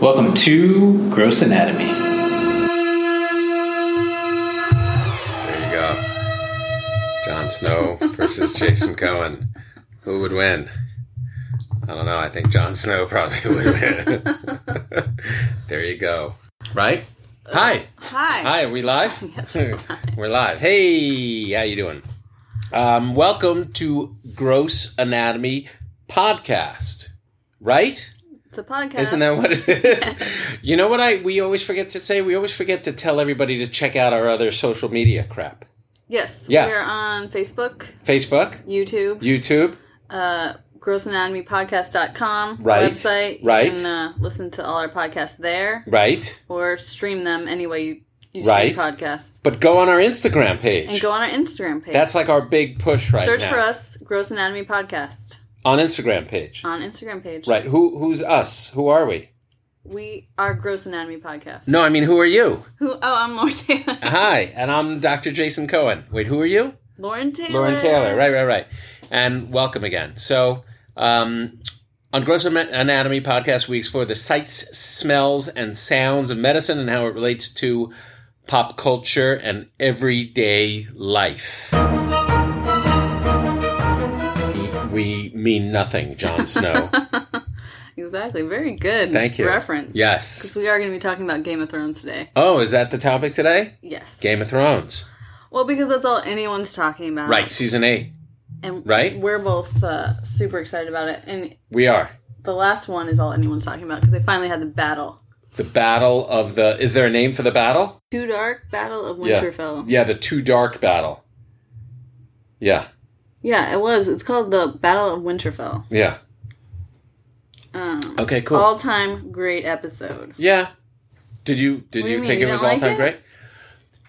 Welcome to Gross Anatomy. There you go. Jon Snow versus Jason Cohen. Who would win? I don't know. I think Jon Snow probably would win. there you go. Right? Hi. Hi. Hi, are we live? Uh, Hmm. Yes, we're We're live. Hey, how you doing? Um, welcome to Gross Anatomy Podcast. Right? It's a podcast. Isn't that what it is? you know what I we always forget to say? We always forget to tell everybody to check out our other social media crap. Yes. Yeah. We're on Facebook, Facebook, YouTube, YouTube, uh, grossanatomypodcast.com Right. website. Right. You can uh, listen to all our podcasts there right? or stream them any way you, you Right. stream podcasts. But go on our Instagram page. And go on our Instagram page. That's like our big push right Search now. for us, Gross Anatomy Podcast, on Instagram page. on Instagram page. Right? Who who's us? Who are we? We are Gross Anatomy Podcast. No, I mean who are you? Who? Oh, I'm Lauren Taylor. Hi, and I'm Dr. Jason Cohen. Wait, who are you? Lauren Taylor. Lauren Taylor. Right, right, right. And welcome again. So, um, on Gross Ama- Anatomy podcast, we explore the sights, smells, and sounds of medicine and how it relates to pop culture and everyday life. We mean nothing, Jon Snow. Exactly. Very good. Thank you. Reference. yes. We are going to be talking about Game of Thrones today. Oh, is that the topic today? Yes. Game of Thrones. Well, because that's all anyone's talking about. Right, season eight. And right? We're both uh, super excited about it. And We are. the last one is all anyone's talking about because they finally had the battle. The Battle of the. Is there a name for the battle? Too Dark Battle of Yeah. Winterfell. Yeah. Yeah, the too dark battle. Yeah, it was. It's called the Battle of Winterfell. yeah. Um, Okay, cool. All time great episode. yeah. Did you did What do you, you mean? think You it don't was all time like it? great?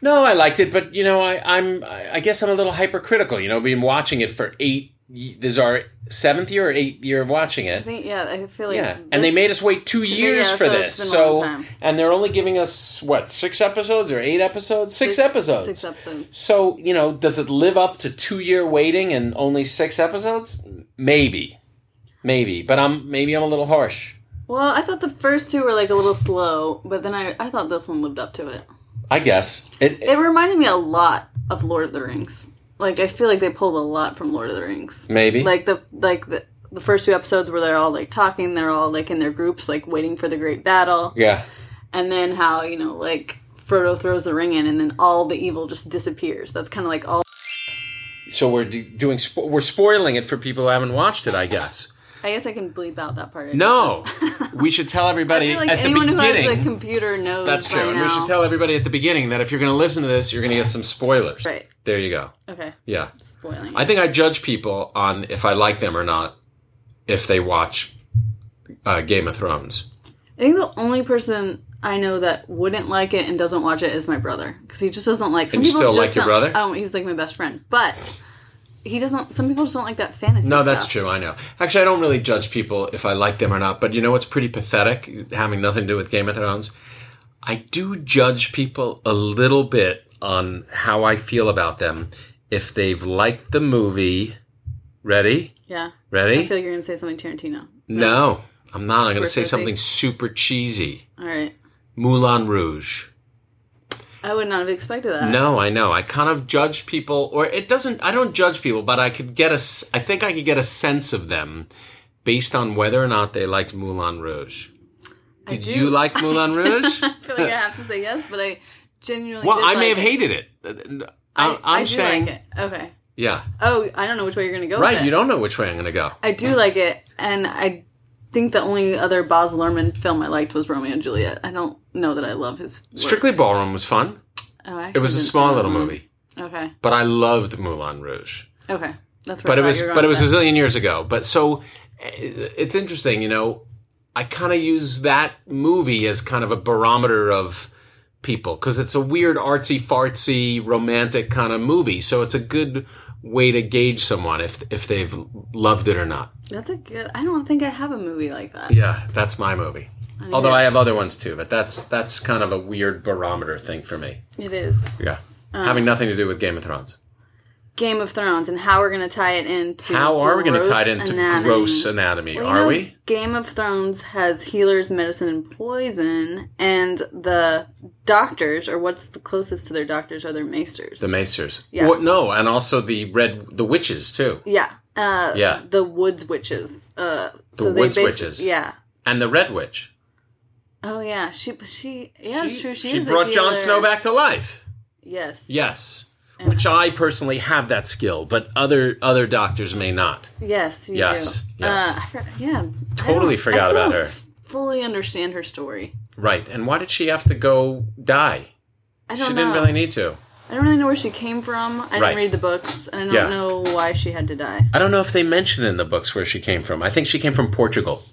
No, I liked it, but you know, I, I'm I I guess I'm a little hypercritical. You know, we've been watching it for eight. y- This is our seventh year or eighth year of watching I it. think, yeah, I feel like. Yeah, this- and they made us wait two years yeah, for so this. it's been a long So, time. and they're only giving us what six episodes or eight episodes? Six, episodes. Six episodes. So, you know, does it live up to two year waiting and only six episodes? Maybe. Maybe. But I'm maybe I'm a little harsh. Well, I thought the first two were like a little slow, but then I, I thought this one lived up to it. I guess. It, It reminded me a lot of Lord of the Rings. Like, I feel like they pulled a lot from Lord of the Rings. maybe. like the like the, the first two episodes where they're all like talking they're all like in their groups like waiting for the great battle yeah. and then how you know like frodo throws the ring in and then all the evil just disappears that's kind of like all So we're do- doing spo- we're spoiling it for people who haven't watched it, I guess. i guess i can bleep out that part No. we should tell i everybody feel like at the anyone who has a beginning. computer knows that's by true. And we now. should tell everybody at the beginning that if you're going to listen to this, you're going to get some spoilers. right There you go. okay Yeah. spoiling I think I judge people on if I like them or not if they watch uh, Game of Thrones. i think the only person I know that wouldn't like it and doesn't watch it is my brother because he just doesn't like. Some you still people just like your brother? don't- Um, he's like my best friend, but he doesn't. Some people just don't like that fantasy. No, that's stuff. true. I know. Actually, I don't really judge people if I like them or not. But you know what's pretty pathetic, having nothing to do with Game of Thrones. I do judge people a little bit on how I feel about them if they've liked the movie. Ready? Yeah. I Ready? feel like you're gonna say something Tarantino. no, I'm not. I'm going to say Scorsese. something super cheesy. All right. Moulin Rouge. I would not have expected that. No, I know. I kind of judge people, or it doesn't. I don't judge people, but I could get a. s- I think I could get a sense of them based on whether or not they liked Moulin Rouge. Did do. you like Moulin Rouge? I feel like I have to say yes, but I genuinely. well, did I like may have it. hated it. Uh, I, I, I'm I do saying, like it. Okay. yeah, Oh, I don't know which way you're gonna go. right. With it. You don't know which way I'm going to go. I do like it, and I think the only other Baz Luhrmann film I liked was Romeo and Juliet. I don't know that I love his. Work. Strictly Ballroom was fun. Oh, I It actually was a didn't see small that little one. movie, Okay. but I loved Moulin Rouge. Okay. That's but where I it thought was you were but going it was a with zillion years ago but so eh, it's interesting you know i kind of use that movie as kind of a barometer of people because it's a weird artsy fartsy romantic kind of movie so it's a good way to gauge someone if if they've loved it or not that. That's a good. I don't think I have a movie like that. yeah that's my movie although i have other ones too but that's that's kind of a weird barometer thing for me It is. Um, yeah having nothing to do with game of thrones Game of Thrones and how we're going to tie it into How are we going to tie it gross into anatomy. gross anatomy? Well, you are know, we? Game of Thrones has healers, medicine, and poison, and the doctors, or what's the closest to their doctors, are their maesters. The Macers. Yeah. Well, no, and also the red, the witches too, yeah. Uh, Yeah. The woods witches. Uh, The so they woods basi- witches. Yeah. and the red witch. Oh yeah, she but she yeah it's true. She, she is a brought Jon healer. Snow back to life. Yes. Yes, which I personally have that skill, but other other doctors may not. Yes. You Yes, Do. yes. Uh, I for, yeah. I Totally don't- forgot I still about don't her. Fully understand her story. Right, and why did she have to go die? I She don't didn't know. really need to. I don't really know where she came from. I Right. didn't read the books, and I don't Yeah. know why she had to die. I don't know if they mention in the books where she came from. I think she came from Portugal.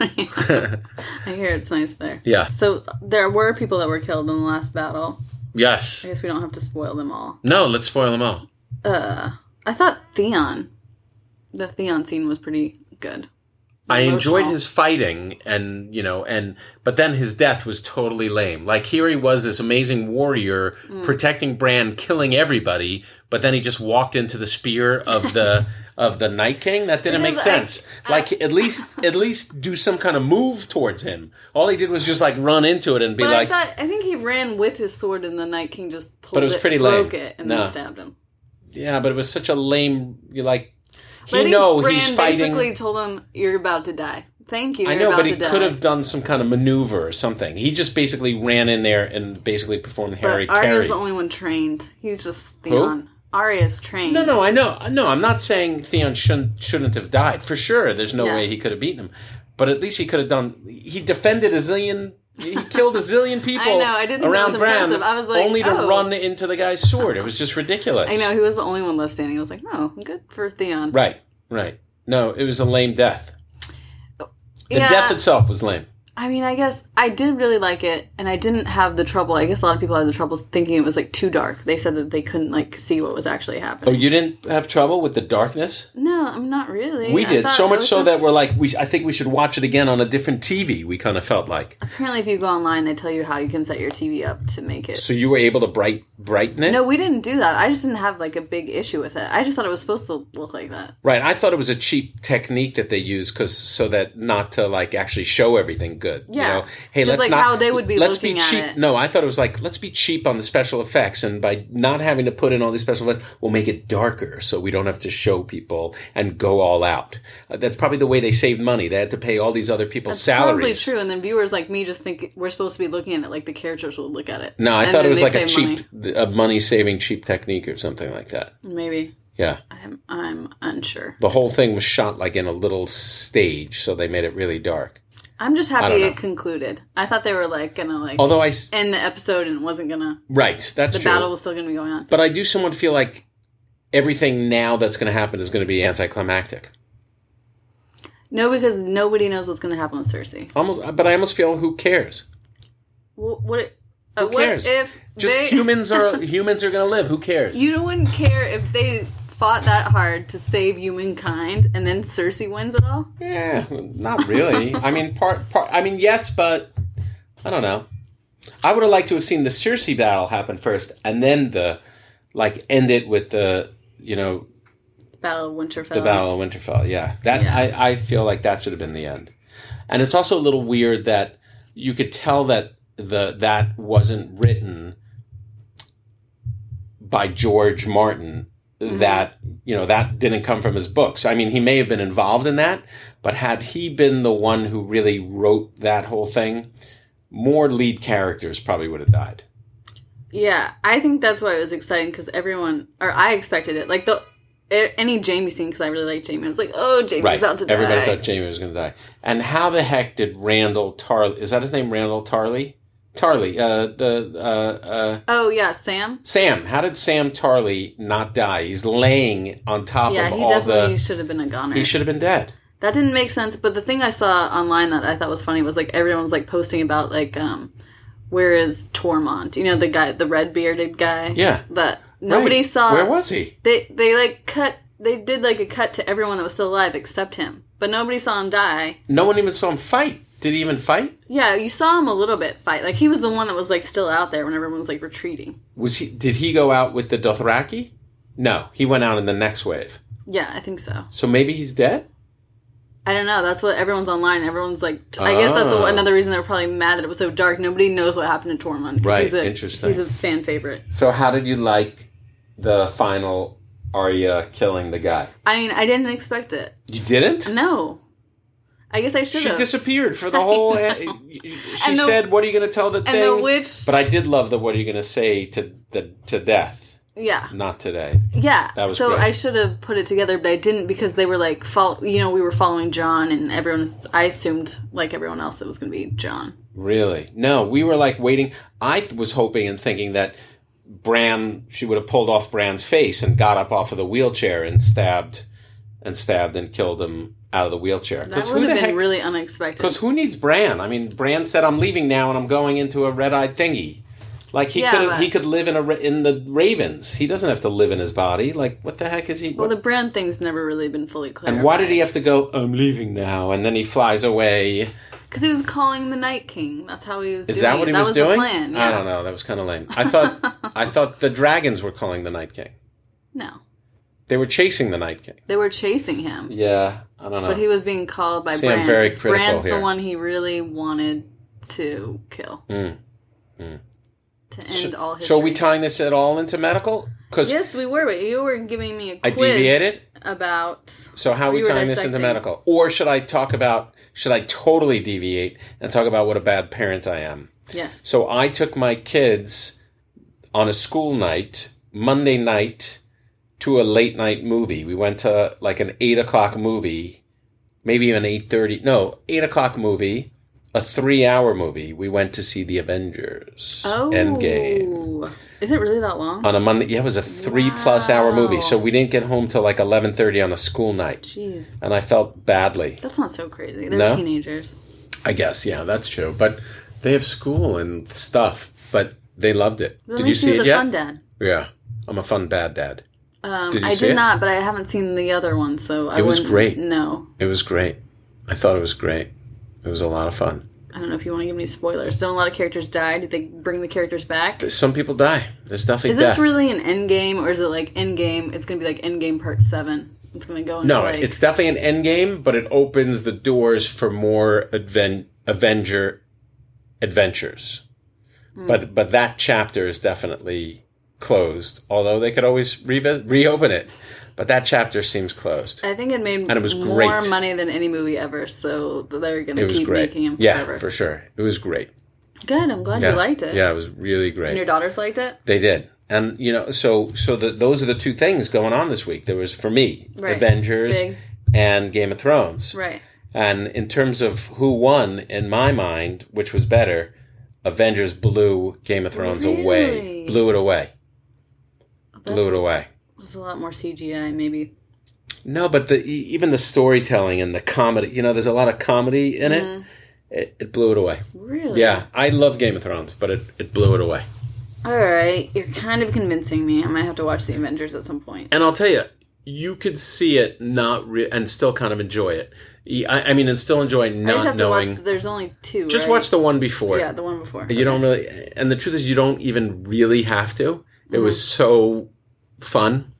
I hear it's nice there. Yeah. So there were people that were killed in the last battle. Yes. I guess we don't have to spoil them all. No, let's spoil them all. I thought Theon, the Theon scene was pretty good. I enjoyed Emotional. his fighting and you know and but then his death was totally lame. Like here he was this amazing warrior Mm. protecting Bran, killing everybody, but then he just walked into the spear of the of the Night King. That didn't make Because I- sense. like at least at least do some kind of move towards him. All he did was just like run into it and be But like I thought I think he ran with his sword, and the Night King just pulled But it was pretty lame. broke it, and No. then stabbed him. Yeah, but it was such a lame you like But I he think know Bran he's fighting Basically, told him you're about to die. Thank you. I You're know, about but he to die. could have done some kind of maneuver or something. He just basically ran in there and basically performed Harry But Carey. Arya's the only one trained. He's just Theon. Arya's trained. no, no, I know, no. I'm not saying Theon shouldn't shouldn't have died for sure. There's no No. way he could have beaten him, but at least he could have done. He defended a zillion. He killed a zillion people. know, I didn't think that around was Bran impressive. I was like, only to oh. run into the guy's sword. It was just ridiculous. I know he was the only one left standing. I was like, no, good for Theon. Right, right. No, it was a lame death. The yeah, death itself was lame. I mean, I guess I did really like it, and I didn't have the trouble. I guess a lot of people had the trouble thinking it was like too dark. They said that they couldn't like see what was actually Oh, happening. you didn't have trouble with the darkness? No, I'm not really. We I did thought so it much was so that just- we're like, we I think we should watch it again on a different TV. We kind of felt like. Apparently, if you go online, they tell you how you can set your TV up to make it. So you were able to bright brighten it, No, we didn't do that. I just didn't have like a big issue with it. I just thought it was supposed to look like that. right? I thought it was a cheap technique that they use because so that not to like actually show everything good. Yeah. You know? Hey, Just let's like not how they would be let's looking be at cheap. it. No, I thought it was like let's be cheap on the special effects, and by not having to put in all these special effects, we'll make it darker so we don't have to show people and go all out. Uh, that's probably the way they saved money. They had to pay all these other people's Probably salaries. true. And then viewers like me just think we're supposed to be looking at it like the characters would look at it. No, I And thought it then was they like a save money. cheap, th- a money saving cheap technique or something like that. Maybe Yeah. I'm I'm unsure. The whole thing was shot like in a little stage, so they made it really dark. I'm just happy don't know. it concluded. I thought they were like gonna like Although I, s- end the episode and it wasn't gonna. right, that's The true. battle was still gonna be going on. but I do somewhat feel like everything now that's going to happen is going to be anticlimactic. No, because nobody knows what's gonna happen with Cersei. Almost, but I almost feel who cares? What? what it, Who cares? What if Just they, humans are humans are going to live. Who cares? You wouldn't care if they fought that hard to save humankind, and then Cersei wins it all. yeah, Eh, not really. I mean, part, part. I mean, yes, but I don't know. I would have liked to have seen the Cersei battle happen first, and then the like end it with the you know Battle of Winterfell. The Battle of Winterfell. Yeah, that Yeah. I, I feel like that should have been the end. And it's also a little weird that you could tell that the that wasn't written by George Martin. Mm-hmm. That you know that didn't come from his books. I mean, he may have been involved in that, but had he been the one who really wrote that whole thing, more lead characters probably would have died. Yeah, I think that's why it was exciting because everyone, or I expected it. Like the a- any Jamie scene because I really like Jamie. I was like, oh, Jamie's Right. about to die. Everybody thought Jamie was going to die. And how the heck did Randall Tarley? Is that his name? Randall Tarley? Tarley. Uh, the uh, uh, oh yeah, Sam. Sam. How did Sam Tarley not die? He's laying on top Yeah, of he all definitely the. should have been a goner. He should have been dead. that didn't make sense. But the thing I saw online that I thought was funny was like everyone was like posting about like um, where is Tormont? You know the guy, the red bearded guy. Yeah. that nobody Right. saw. Where was he? they they like cut they did like a cut to everyone that was still alive except him but nobody saw him die No one even saw him fight. Did he even fight? yeah you saw him a little bit fight like he was the one that was like still out there when everyone was like retreating Was he? Did he go out with the Dothraki? No, he went out in the next wave. Yeah, I think so. So maybe he's dead? I don't know. That's what everyone's online. Everyone's like, t- I guess that's Oh. the, another reason they're probably mad that it was so dark. Nobody knows what happened to Tormund. 'cause Right, He's a, interesting. He's a fan favorite. So how did you like the final Arya killing the guy? I mean, I didn't expect it. You didn't? No. I guess I should She have. disappeared for the whole. e-, she And the- said, "What are you going to tell the and thing?" the witch. but I did love the "What are you going to say to the to death?" yeah. Not today. Yeah. That was so great. I should have put it together, but I didn't because they were like, follow, you know, we were following John and everyone, I assumed, like everyone else, it was going to be John. Really? No, we were like waiting. I th- was hoping and thinking that Bran, she would have pulled off Bran's face and got up off of the wheelchair and stabbed and stabbed and killed him out of the wheelchair. That Because would who have the been heck? really unexpected. Because who needs Bran? I mean, Bran said, "I'm leaving now and I'm going into a red-eyed thingy." Like he Yeah, could but- he could live in a ra- in the Ravens. He doesn't have to live in his body. Like what the heck is he? well, the brand thing's never really been fully clear. and why did he have to go? I'm leaving now, and then he flies away. Because he was calling the Night King. That's how he was. Is doing that what it. he was, was doing? The plan. Yeah. I don't know. That was kind of lame. I thought I thought the dragons were calling the Night King. No, They were chasing the Night King. they were chasing him, Yeah, I don't know. but he was being called by See, I'm Bran. very 'cause critical Bran's here. the one he really wanted to kill. Mm. To end Sh- all history. so are we tying this at all into medical? Because Yes, we were. But you were giving me a I quiz deviated. about. So how are we We were tying this into dissecting. medical? Or should I talk about? Should I totally deviate and talk about what a bad parent I am? Yes. So I took my kids on a school night, Monday night, to a late night movie. We went to like an eight o'clock movie, maybe even eight thirty. No, eight o'clock movie, a three hour movie. We went to see the Avengers Oh. Endgame Is it really that long? on a Monday. Yeah, it was a three plus hour movie, so we didn't get home till like eleven thirty on a school night, Jeez, and I felt badly. that's not so crazy. They're No? teenagers. I guess yeah, that's true. But they have school and stuff, but they loved it. That Did you makes see you it the yet? fun dad. Yeah, I'm a fun bad dad. Um, Did you I see did it? not, but I haven't seen the other one, so I It was wouldn't great. No, It was great. I thought it was great. It was a lot of fun. I don't know if you want to give me spoilers. Don't a lot of characters die? Did they bring the characters back? Some people die. There's nothing. Is this really an end game, or is it like end game? It's gonna be like end game part seven. It's gonna go. Into No, like, it's definitely an end game, but it opens the doors for more adven- Avenger adventures. Hmm. But but that chapter is definitely closed. Although they could always revis- reopen it, but that chapter seems closed. I think it made it was more great. money than any movie ever, so they're gonna It was keep great. making him yeah, forever. for sure. It was great. Good. I'm glad Yeah. you liked it. Yeah, it was really great. And your daughters liked it. They did. And you know, so so the, those are the two things going on this week. There was for me, Right. Avengers Big. and Game of Thrones. Right. And in terms of who won in my mind, which was better, Avengers blew Game of Thrones away. Really? Blew it away. blew That's- it away. There's a lot more CGI, maybe. No, but the e- even the storytelling and the comedy, you know, there's a lot of comedy in Mm-hmm. it. It, it blew it away. Really? Yeah, I love Game of Thrones, but it, it blew it away. All right. You're kind of convincing me. I might have to watch the Avengers at some point. and I'll tell you, you could see it not re- and still kind of enjoy it. E- I, I mean, and still enjoy I just not have knowing. to watch. There's only two. just right? watch the one before. Yeah, the one before. you don't really, and the truth is, you don't even really have to. It was Mm-hmm. so fun.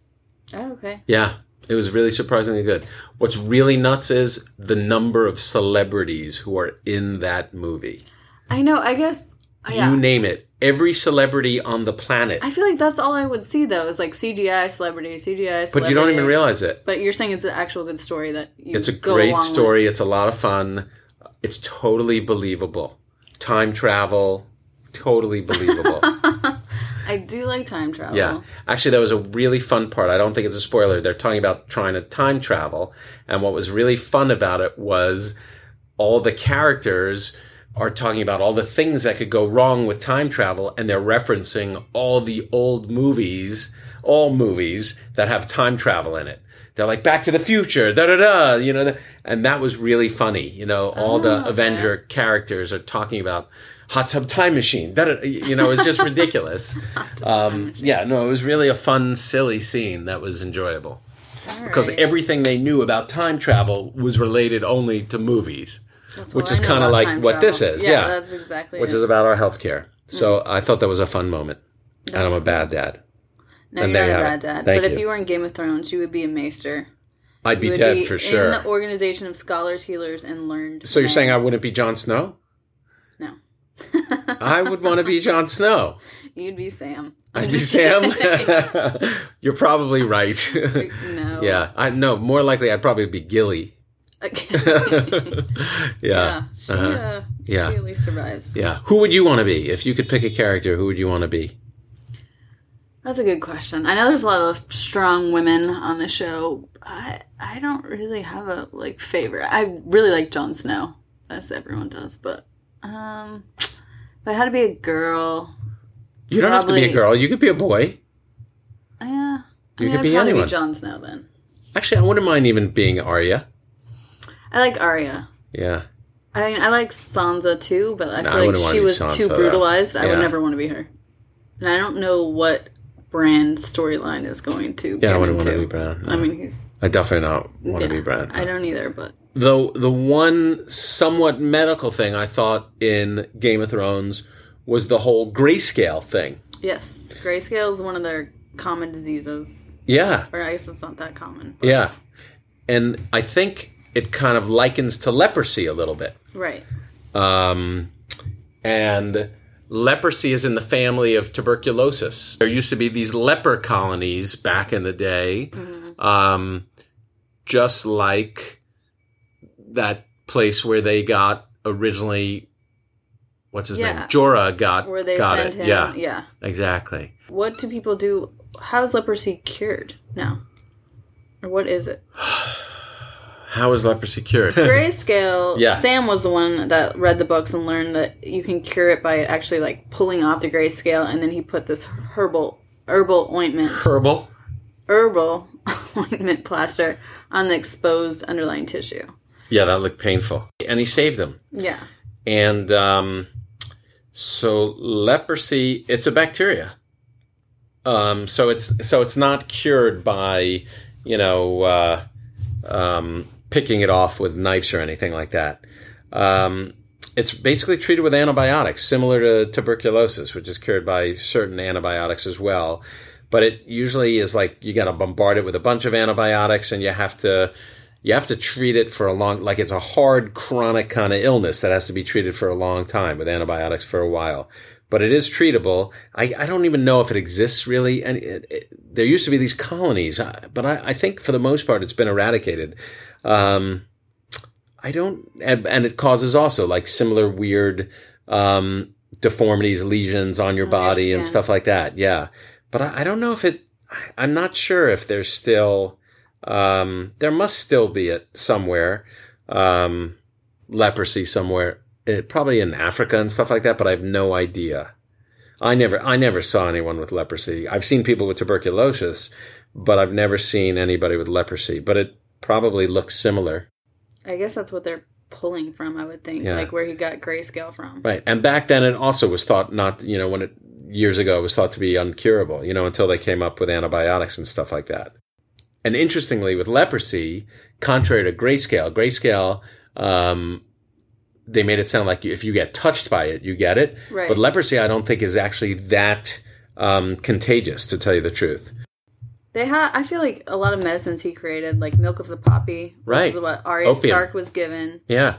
Oh, okay. Yeah, it was really surprisingly good. What's really nuts is the number of celebrities who are in that movie. I know. I guess. Yeah. You name it, every celebrity on the planet, I feel like that's all I would see though is like CGI celebrity, CGI. Celebrity. but you don't even realize it. But you're saying it's an actual good story that you. It's a go great along with. story. It's a lot of fun. It's totally believable. Time travel, totally believable. I do like time travel. yeah. Actually, that was a really fun part. I don't think it's a spoiler. They're talking about trying to time travel. And what was really fun about it was all the characters are talking about all the things that could go wrong with time travel. And they're referencing all the old movies, all movies that have time travel in it. They're like Back to the Future, da da da, you know, and that was really funny. You know, all the Avenger characters are talking about hot tub time machine, da da. You know, it's just ridiculous. um, yeah, no, it was really a fun, silly scene that was enjoyable All because right. everything they knew about time travel was related only to movies, That's which all is I know kind of about like time what this travel. is. Yeah, that's Mm. exactly. which it. is about our healthcare. So I thought that was a fun moment, and I'm a bad dad. No, And there you're not a you have bad it. dad. Thank but if you. you were in Game of Thrones, you would be a maester. I'd You be would dead be for In sure. the organization of scholars, healers, and learned. So you're men. saying I wouldn't be Jon Snow? no? I would want to be Jon Snow. You'd be Sam. I'd be Sam. You're probably right. No. yeah, I no. More likely, I'd probably be Gilly. Okay. yeah, yeah. She, Uh-huh. uh, Yeah. she at least survives. yeah. Who would you want to be if you could pick a character? Who would you want to be? That's a good question. I know there's a lot of strong women on the show. I I don't really have a like favorite. I really like Jon Snow, as everyone does, but um if I had to be a girl, You don't have to be a Probably- girl. You could be a boy. yeah. I You could I'd be probably anyone. be Jon Snow then. Actually, I wouldn't mind even being Arya. I like Arya. Yeah. I mean, I like Sansa too, but I No, I feel wouldn't like wanna she be was Sansa, too though. brutalized. I Yeah. would never want to be her. And I don't know what brand storyline is going to Yeah, get I wouldn't into. want to be Bran. No. I mean, he's I definitely not want yeah, to be Bran. I don't either, but Though the one somewhat medical thing I thought in Game of Thrones was the whole grayscale thing. Yes, grayscale is one of their common diseases, Yeah. or I guess it's not that common. but- Yeah. And I think it kind of likens to leprosy a little bit. Right. Um, and leprosy is in the family of tuberculosis. There used to be these leper colonies back in the day, Mm-hmm. um, just like that place where they got originally. What's his Yeah. name? Jorah got Where they got it. send him. Yeah, Yeah. exactly. What do people do? How is leprosy cured now? Or what is it? How is leprosy cured? Grayscale. Yeah. Sam was the one that read the books and learned that you can cure it by actually like pulling off the grayscale, and then he put this herbal herbal ointment Herbal. herbal ointment plaster on the exposed underlying tissue. Yeah, that looked painful. And he saved them. Yeah. And um, so leprosy, it's a bacteria. Um, so it's so it's not cured by you know uh, um, picking it off with knives or anything like that. Um, it's basically treated with antibiotics, similar to tuberculosis, which is cured by certain antibiotics as well. But it usually is like you got to bombard it with a bunch of antibiotics, and you have to you have to treat it for a long like it's a hard chronic kind of illness that has to be treated for a long time with antibiotics for a while but it is treatable i, I don't even know if it exists really and it, it, there used to be these colonies uh, but I, I think for the most part it's been eradicated um, i don't and, and it causes also like similar weird um, deformities lesions on your body and skin. stuff like that yeah but i, I don't know if it I- i'm not sure if there's still um, there must still be it somewhere, um, leprosy somewhere, it, probably in Africa and stuff like that. But I have no idea. I never, I never saw anyone with leprosy. I've seen people with tuberculosis, but I've never seen anybody with leprosy. But it probably looks similar, I guess that's what they're pulling from, I would think. Yeah. Like where he got grayscale from. right? And back then, it also was thought not, you know, when it years ago it was thought to be uncurable, you know, until they came up with antibiotics and stuff like that. And interestingly, with leprosy, contrary to grayscale, grayscale, um, they made it sound like if you get touched by it, you get it. Right. But leprosy, I don't think is actually that um, contagious, to tell you the truth. They had. I feel like a lot of medicines he created, like milk of the poppy, Right. Which is what Arya Opium. Stark was given. Yeah.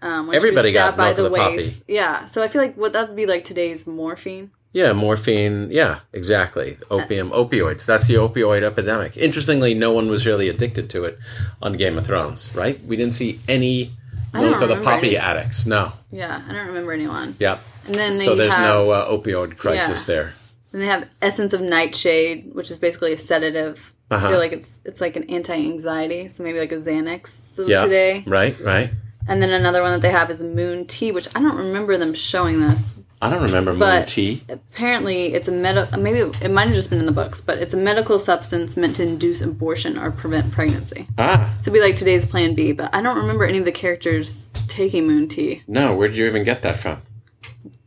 Um, when she Everybody was stabbed got by milk of the, the wave. poppy. Yeah. So I feel like what that would be like today's morphine. Yeah, morphine. Yeah, exactly. Opium, opioids. That's the opioid epidemic. Interestingly, no one was really addicted to it on Game of Thrones, right? We didn't see any I don't milk of the remember poppy any. addicts. No. Yeah, I don't remember anyone. Yep. And then they so there's have, no uh, opioid crisis Yeah. there. And they have essence of nightshade, which is basically a sedative. Uh-huh. I feel like it's it's like an anti-anxiety, so maybe like a Xanax of Yeah. today. Right. Right. And then another one that they have is moon tea, which I don't remember them showing this, I don't remember moon But- tea. apparently it's a medical maybe it might have just been in the books but it's a medical substance meant to induce abortion or prevent pregnancy Ah, so it'd be like today's plan b but i don't remember any of the characters taking moon tea no. Where did you even get that from?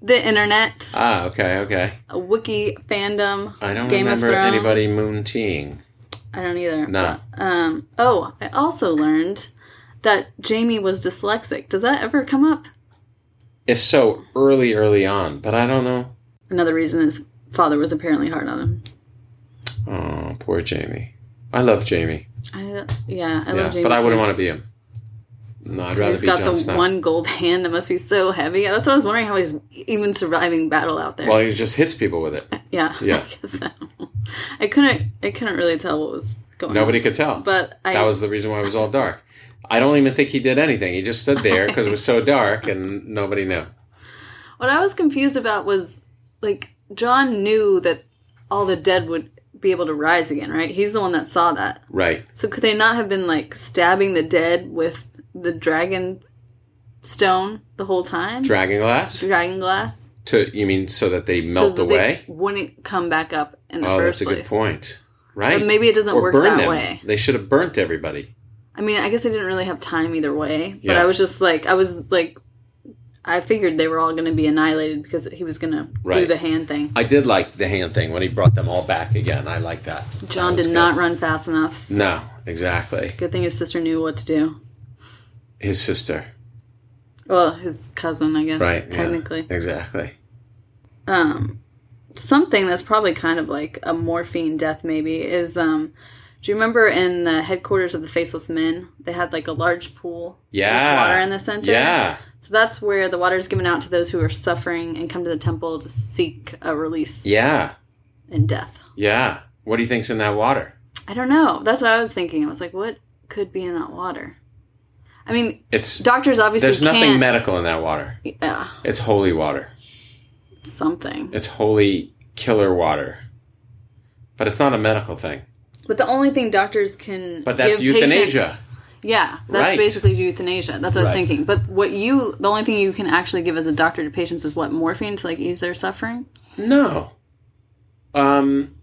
the internet Ah, okay, okay. a wiki fandom I don't Game of remember Thrones. anybody moon teeing. i don't either No. but, um oh i also learned that jamie was dyslexic does that ever come up If so, early, early on. But I don't know. another reason his father was apparently hard on him Oh, poor Jamie. I love Jamie. I, yeah, I yeah, love Jamie. but I wouldn't too. want to be him. No, I'd rather He's be got Jon the Snow. one gold hand that must be so heavy. That's what I was wondering how he's even surviving battle out there. Well, he just hits people with it. yeah, yeah. I, guess so. I couldn't. I couldn't really tell what was going. Nobody on. could tell. But I that was the reason why it was all dark. I don't even think he did anything. He just stood there because it was so dark and nobody knew. What I was confused about was like John knew that all the dead would be able to rise again, right? He's the one that saw that. Right. So could they not have been like stabbing the dead with the dragon stone the whole time? Dragon glass? dragon glass. To you mean so that they melt so that away? They wouldn't come back up in the oh, first that's a place. good point. Right. But maybe it doesn't Or work burn that them. way. They should have burnt everybody. I mean, I guess I didn't really have time either way, but Yeah. I was just like, I was like, I figured they were all going to be annihilated because he was going to do Right. the hand thing. I did like the hand thing when he brought them all back again. I like that. John That was did good. not run fast enough. No, exactly. Good thing his sister knew what to do. His sister. Well, his cousin, I guess, Right. yeah, technically. exactly. Um, something that's probably kind of like a morphine death, maybe, is um, do you remember in the headquarters of the Faceless Men, they had like a large pool Yeah. with water in the center? Yeah. So that's where the water is given out to those who are suffering and come to the temple to seek a release Yeah. in death. Yeah. What do you think's in that water? I don't know. That's what I was thinking. I was like, what could be in that water? I mean, It's doctors obviously there's nothing can't- medical in that water. Yeah, It's holy water. something. It's holy killer water. But it's not a medical thing. But the only thing doctors can But that's give euthanasia. patients- yeah, that's Right. basically euthanasia. That's what I was Right. thinking. But what you, the only thing you can actually give as a doctor to patients is what morphine to like ease their suffering. No. Um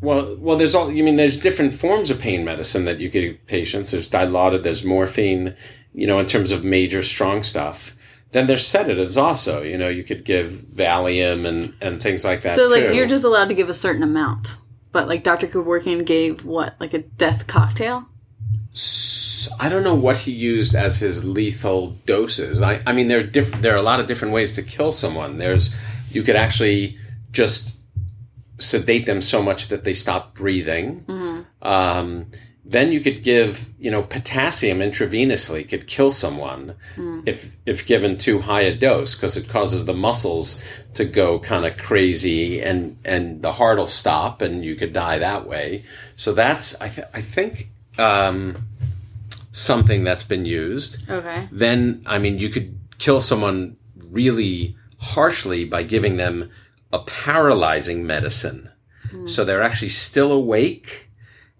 well, well, there's all. You mean there's different forms of pain medicine that you give patients. There's dilaudid, there's morphine. You know, in terms of major strong stuff. Then there's sedatives also. You know, you could give Valium and and things like that. so like too. you're just allowed to give a certain amount. But like Dr. Kevorkian gave what like a death cocktail. I don't know what he used as his lethal doses. I, I mean, there are diff- there are a lot of different ways to kill someone. There's you could actually just sedate them so much that they stop breathing. Um, then you could give you know potassium intravenously could kill someone if if given too high a dose because it causes the muscles to go kind of crazy and and the heart will stop and you could die that way. So that's I th- I think. Um, something that's been used, Okay. then I mean you could kill someone really harshly by giving them a paralyzing medicine. Hmm. So they're actually still awake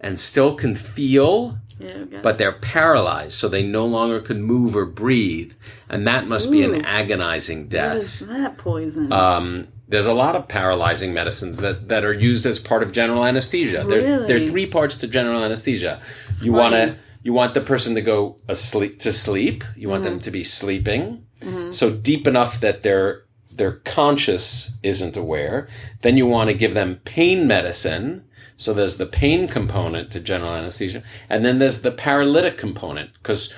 and still can feel, Yeah. okay. but they're paralyzed, so they no longer can move or breathe, and that must be Ooh. an agonizing What death. is that poison? Um, there's a lot of paralyzing medicines that, that are used as part of general anesthesia. There, there Really? are three parts to general anesthesia. You want to you want the person to go asleep to sleep. You want them to be sleeping, so deep enough that their their conscious isn't aware. Then you want to give them pain medicine. So there's the pain component to general anesthesia, and then there's the paralytic component because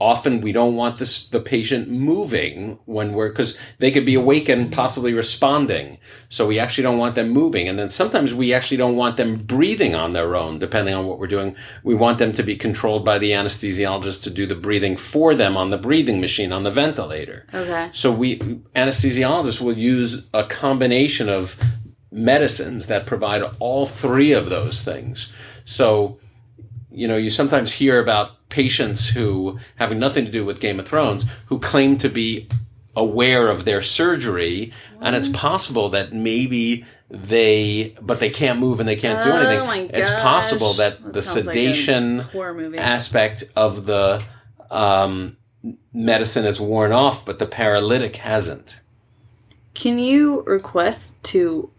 often we don't want this, the patient moving when we're because they could be awake and possibly responding so we actually don't want them moving and then sometimes we actually don't want them breathing on their own depending on what we're doing we want them to be controlled by the anesthesiologist to do the breathing for them on the breathing machine on the ventilator okay. so we anesthesiologists will use a combination of medicines that provide all three of those things. So you know, you sometimes hear about patients who having nothing to do with Game of Thrones who claim to be aware of their surgery and it's possible that maybe they but they can't move and they can't do Oh anything. my It's gosh. possible that, That the sounds like a sedation horror movie. aspect of the um, medicine has worn off, but the paralytic hasn't. Can you request to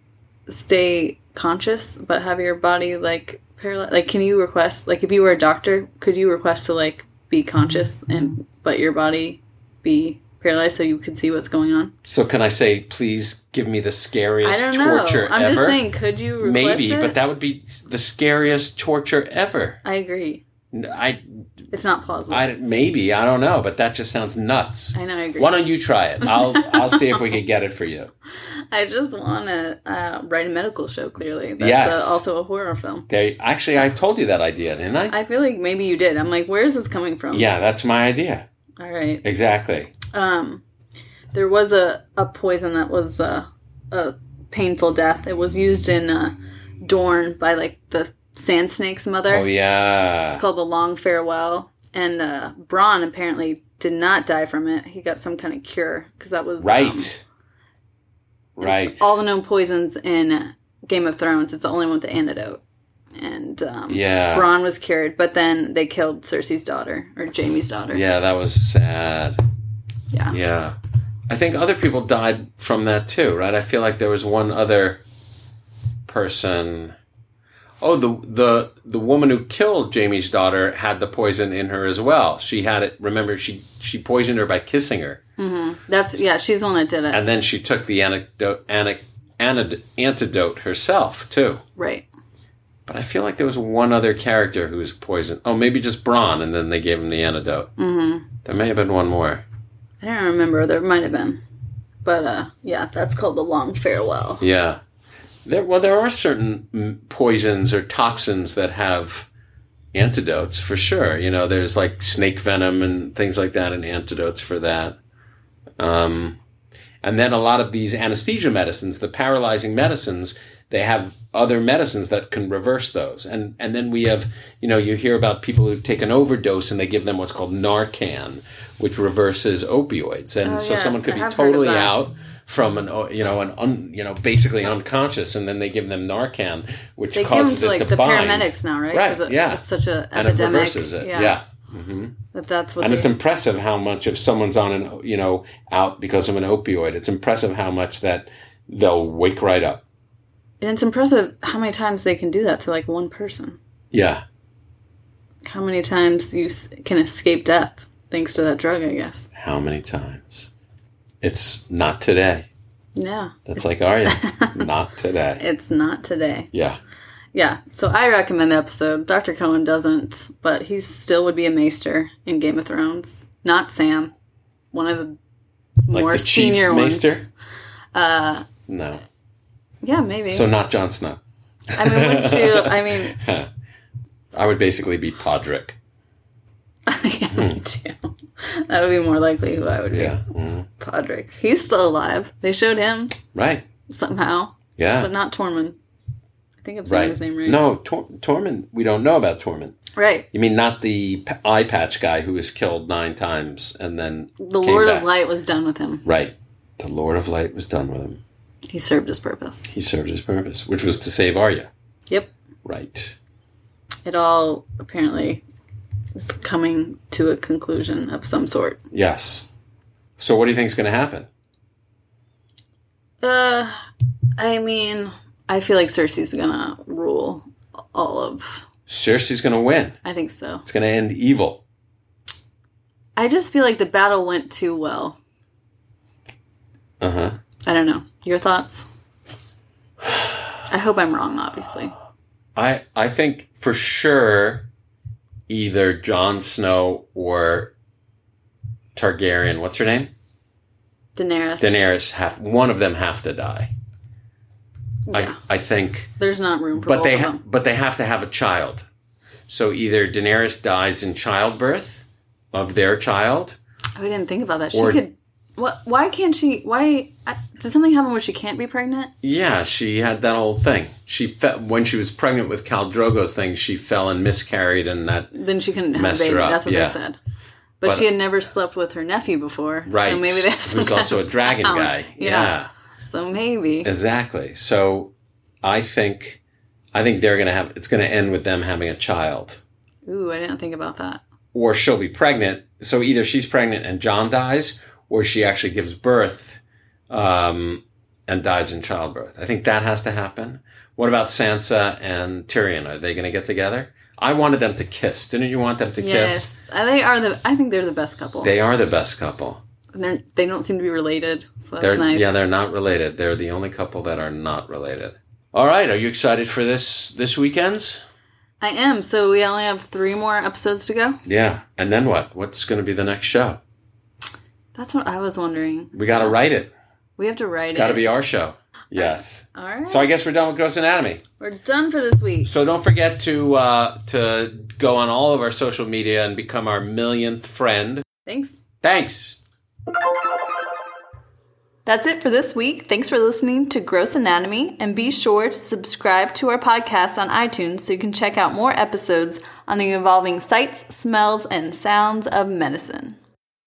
stay conscious but have your body like paralyzed? Like, can you request like if you were a doctor, could you request to like be conscious and but your body be paralyzed so you could see what's going on? So can I say, please give me the I scariest don't know. torture I'm ever? just saying, could you request Maybe, it? but that would be the scariest torture ever. I agree. I, It's not plausible. I, I maybe I don't know, but that just sounds nuts. know. I agree. Why don't you try it? I'll I'll see if we can get it for you. I just want to uh, write a medical show. Clearly, that's Yes. uh also a horror film. There, actually, I told you that idea, didn't I? I feel like maybe you did. I'm like, where is this coming from? Yeah, that's my idea. All right. Exactly. Um, there was a a poison that was uh, a painful death. It was used in uh, Dorn by like the sand snake's mother. Oh yeah. It's called The Long Farewell. And uh, Braun apparently did not die from it. He got some kind of cure because that was um, Right. Right. all the known poisons in Game of Thrones. It's the only one with the antidote. And um, Yeah. Braun was cured, but then they killed Cersei's daughter or Jamie's daughter. Yeah, that was sad. Yeah. Yeah. I think other people died from that too, right? I feel like there was one other person. Oh, the the the woman who killed Jamie's daughter had the poison in her as well. She had it. Remember, she she poisoned her by kissing her, That's yeah, she's the one that did it. and then she took the anecdote, anic, anid, antidote herself too. right. But I feel like there was one other character who was poisoned. Oh, maybe just Braun, and then they gave him the antidote. Mm-hmm. There may have been one more. I don't remember. There might have been. But uh, yeah, that's called The Long Farewell. Yeah. There, well, there are certain mm, poisons or toxins that have antidotes for sure. You know, there's like snake venom and things like that, and antidotes for that. Um, and then a lot of these anesthesia medicines, the paralyzing medicines, they have other medicines that can reverse those. And and then we have, you know, you hear about people who take an overdose and they give them what's called Narcan, which reverses opioids. And Oh, so yeah. someone could I be have heard of totally that. out from an o- you know an un, you know basically unconscious, and then they give them Narcan, which They give them causes to it like to the bind. paramedics now, right? Right, 'Cause It, yeah. It's such an and epidemic. it reverses it. Yeah. That that's what And they, it's impressive how much if someone's on an you know out because of an opioid, it's impressive how much that they'll wake right up. and it's impressive how many times they can do that to like one person. Yeah. How many times you s- can escape death thanks to that drug, I guess. How many times? It's not today. Yeah, That's like Arya. not today. it's not today. Yeah. Yeah, so I recommend the episode. Dr. Cohen doesn't, but he still would be a maester in Game of Thrones. Not Sam, one of the Like more the chief senior maester. ones. Uh, no. Yeah, maybe. So not Jon Snow. I mean, wouldn't you? I mean, I would basically be Podrick. yeah, me too. That would be more likely who I would Hmm. Yeah. be. Mhm. Podrick. He's still alive. They showed him Right. somehow, Yeah. but not Tormund. I think I'm saying right. his name right. No, Tor- Tormund. We don't know about Tormund. Right. You mean not the p- eye patch guy who was killed nine times and then The came Lord back. of Light was done with him. Right. The Lord of Light was done with him. He served his purpose. He served his purpose, which was to save Arya. Yep. Right. It all apparently is coming to a conclusion of some sort. Yes. So what do you think's going to happen? Uh, I mean, I feel like Cersei's gonna rule all of. Cersei's going to win. I think so. It's going to end evil. I just feel like the battle went too well. Uh huh. I don't know. Your thoughts? I hope I'm wrong, obviously. I I think for sure either Jon Snow or Targaryen, what's her name? Daenerys. Daenerys have one of them have to die. Yeah. I I think There's not room for but both they of ha- them. but they have to have a child. So either Daenerys dies in childbirth of their child. I didn't think about that. She or- could. What? Why can't she? Why? I, did something happen where she can't be pregnant? Yeah, she had that whole thing. She fe- when she was pregnant with Khal Drogo's thing, she fell and miscarried and that Then she couldn't have a Messed her baby. up, That's what yeah. they said. But, But- she had never slept with her nephew before. right. So maybe they have some who's kind also a of dragon power. guy. yeah. So maybe. Exactly. So I think I think they're gonna have it's gonna end with them having a child. Ooh, I didn't think about that. Or she'll be pregnant. So either she's pregnant and John dies, or she actually gives birth um, and dies in childbirth. I think that has to happen. What about Sansa and Tyrion? Are they gonna get together? I wanted them to kiss. Didn't you want them to kiss? Yes, And they are the. I think they're the best couple. They They are the best couple. they they don't seem to be related, so that's They're, nice. Yeah, they're not related. They're the only couple that are not related. All right, are you excited for this this weekend's? I am. So we only have three more episodes to go. Yeah. And then what? What's going to be the next show? That's what I was wondering. We got to write it. We have to write Got to it. be our show. Yes. All right. So I guess we're done with Gross Anatomy. We're done for this week. So don't forget to uh, to go on all of our social media and become our millionth friend. Thanks. Thanks. That's it for this week. Thanks for listening to Gross Anatomy, and be sure to subscribe to our podcast on iTunes so you can check out more episodes on the evolving sights, smells, and sounds of medicine.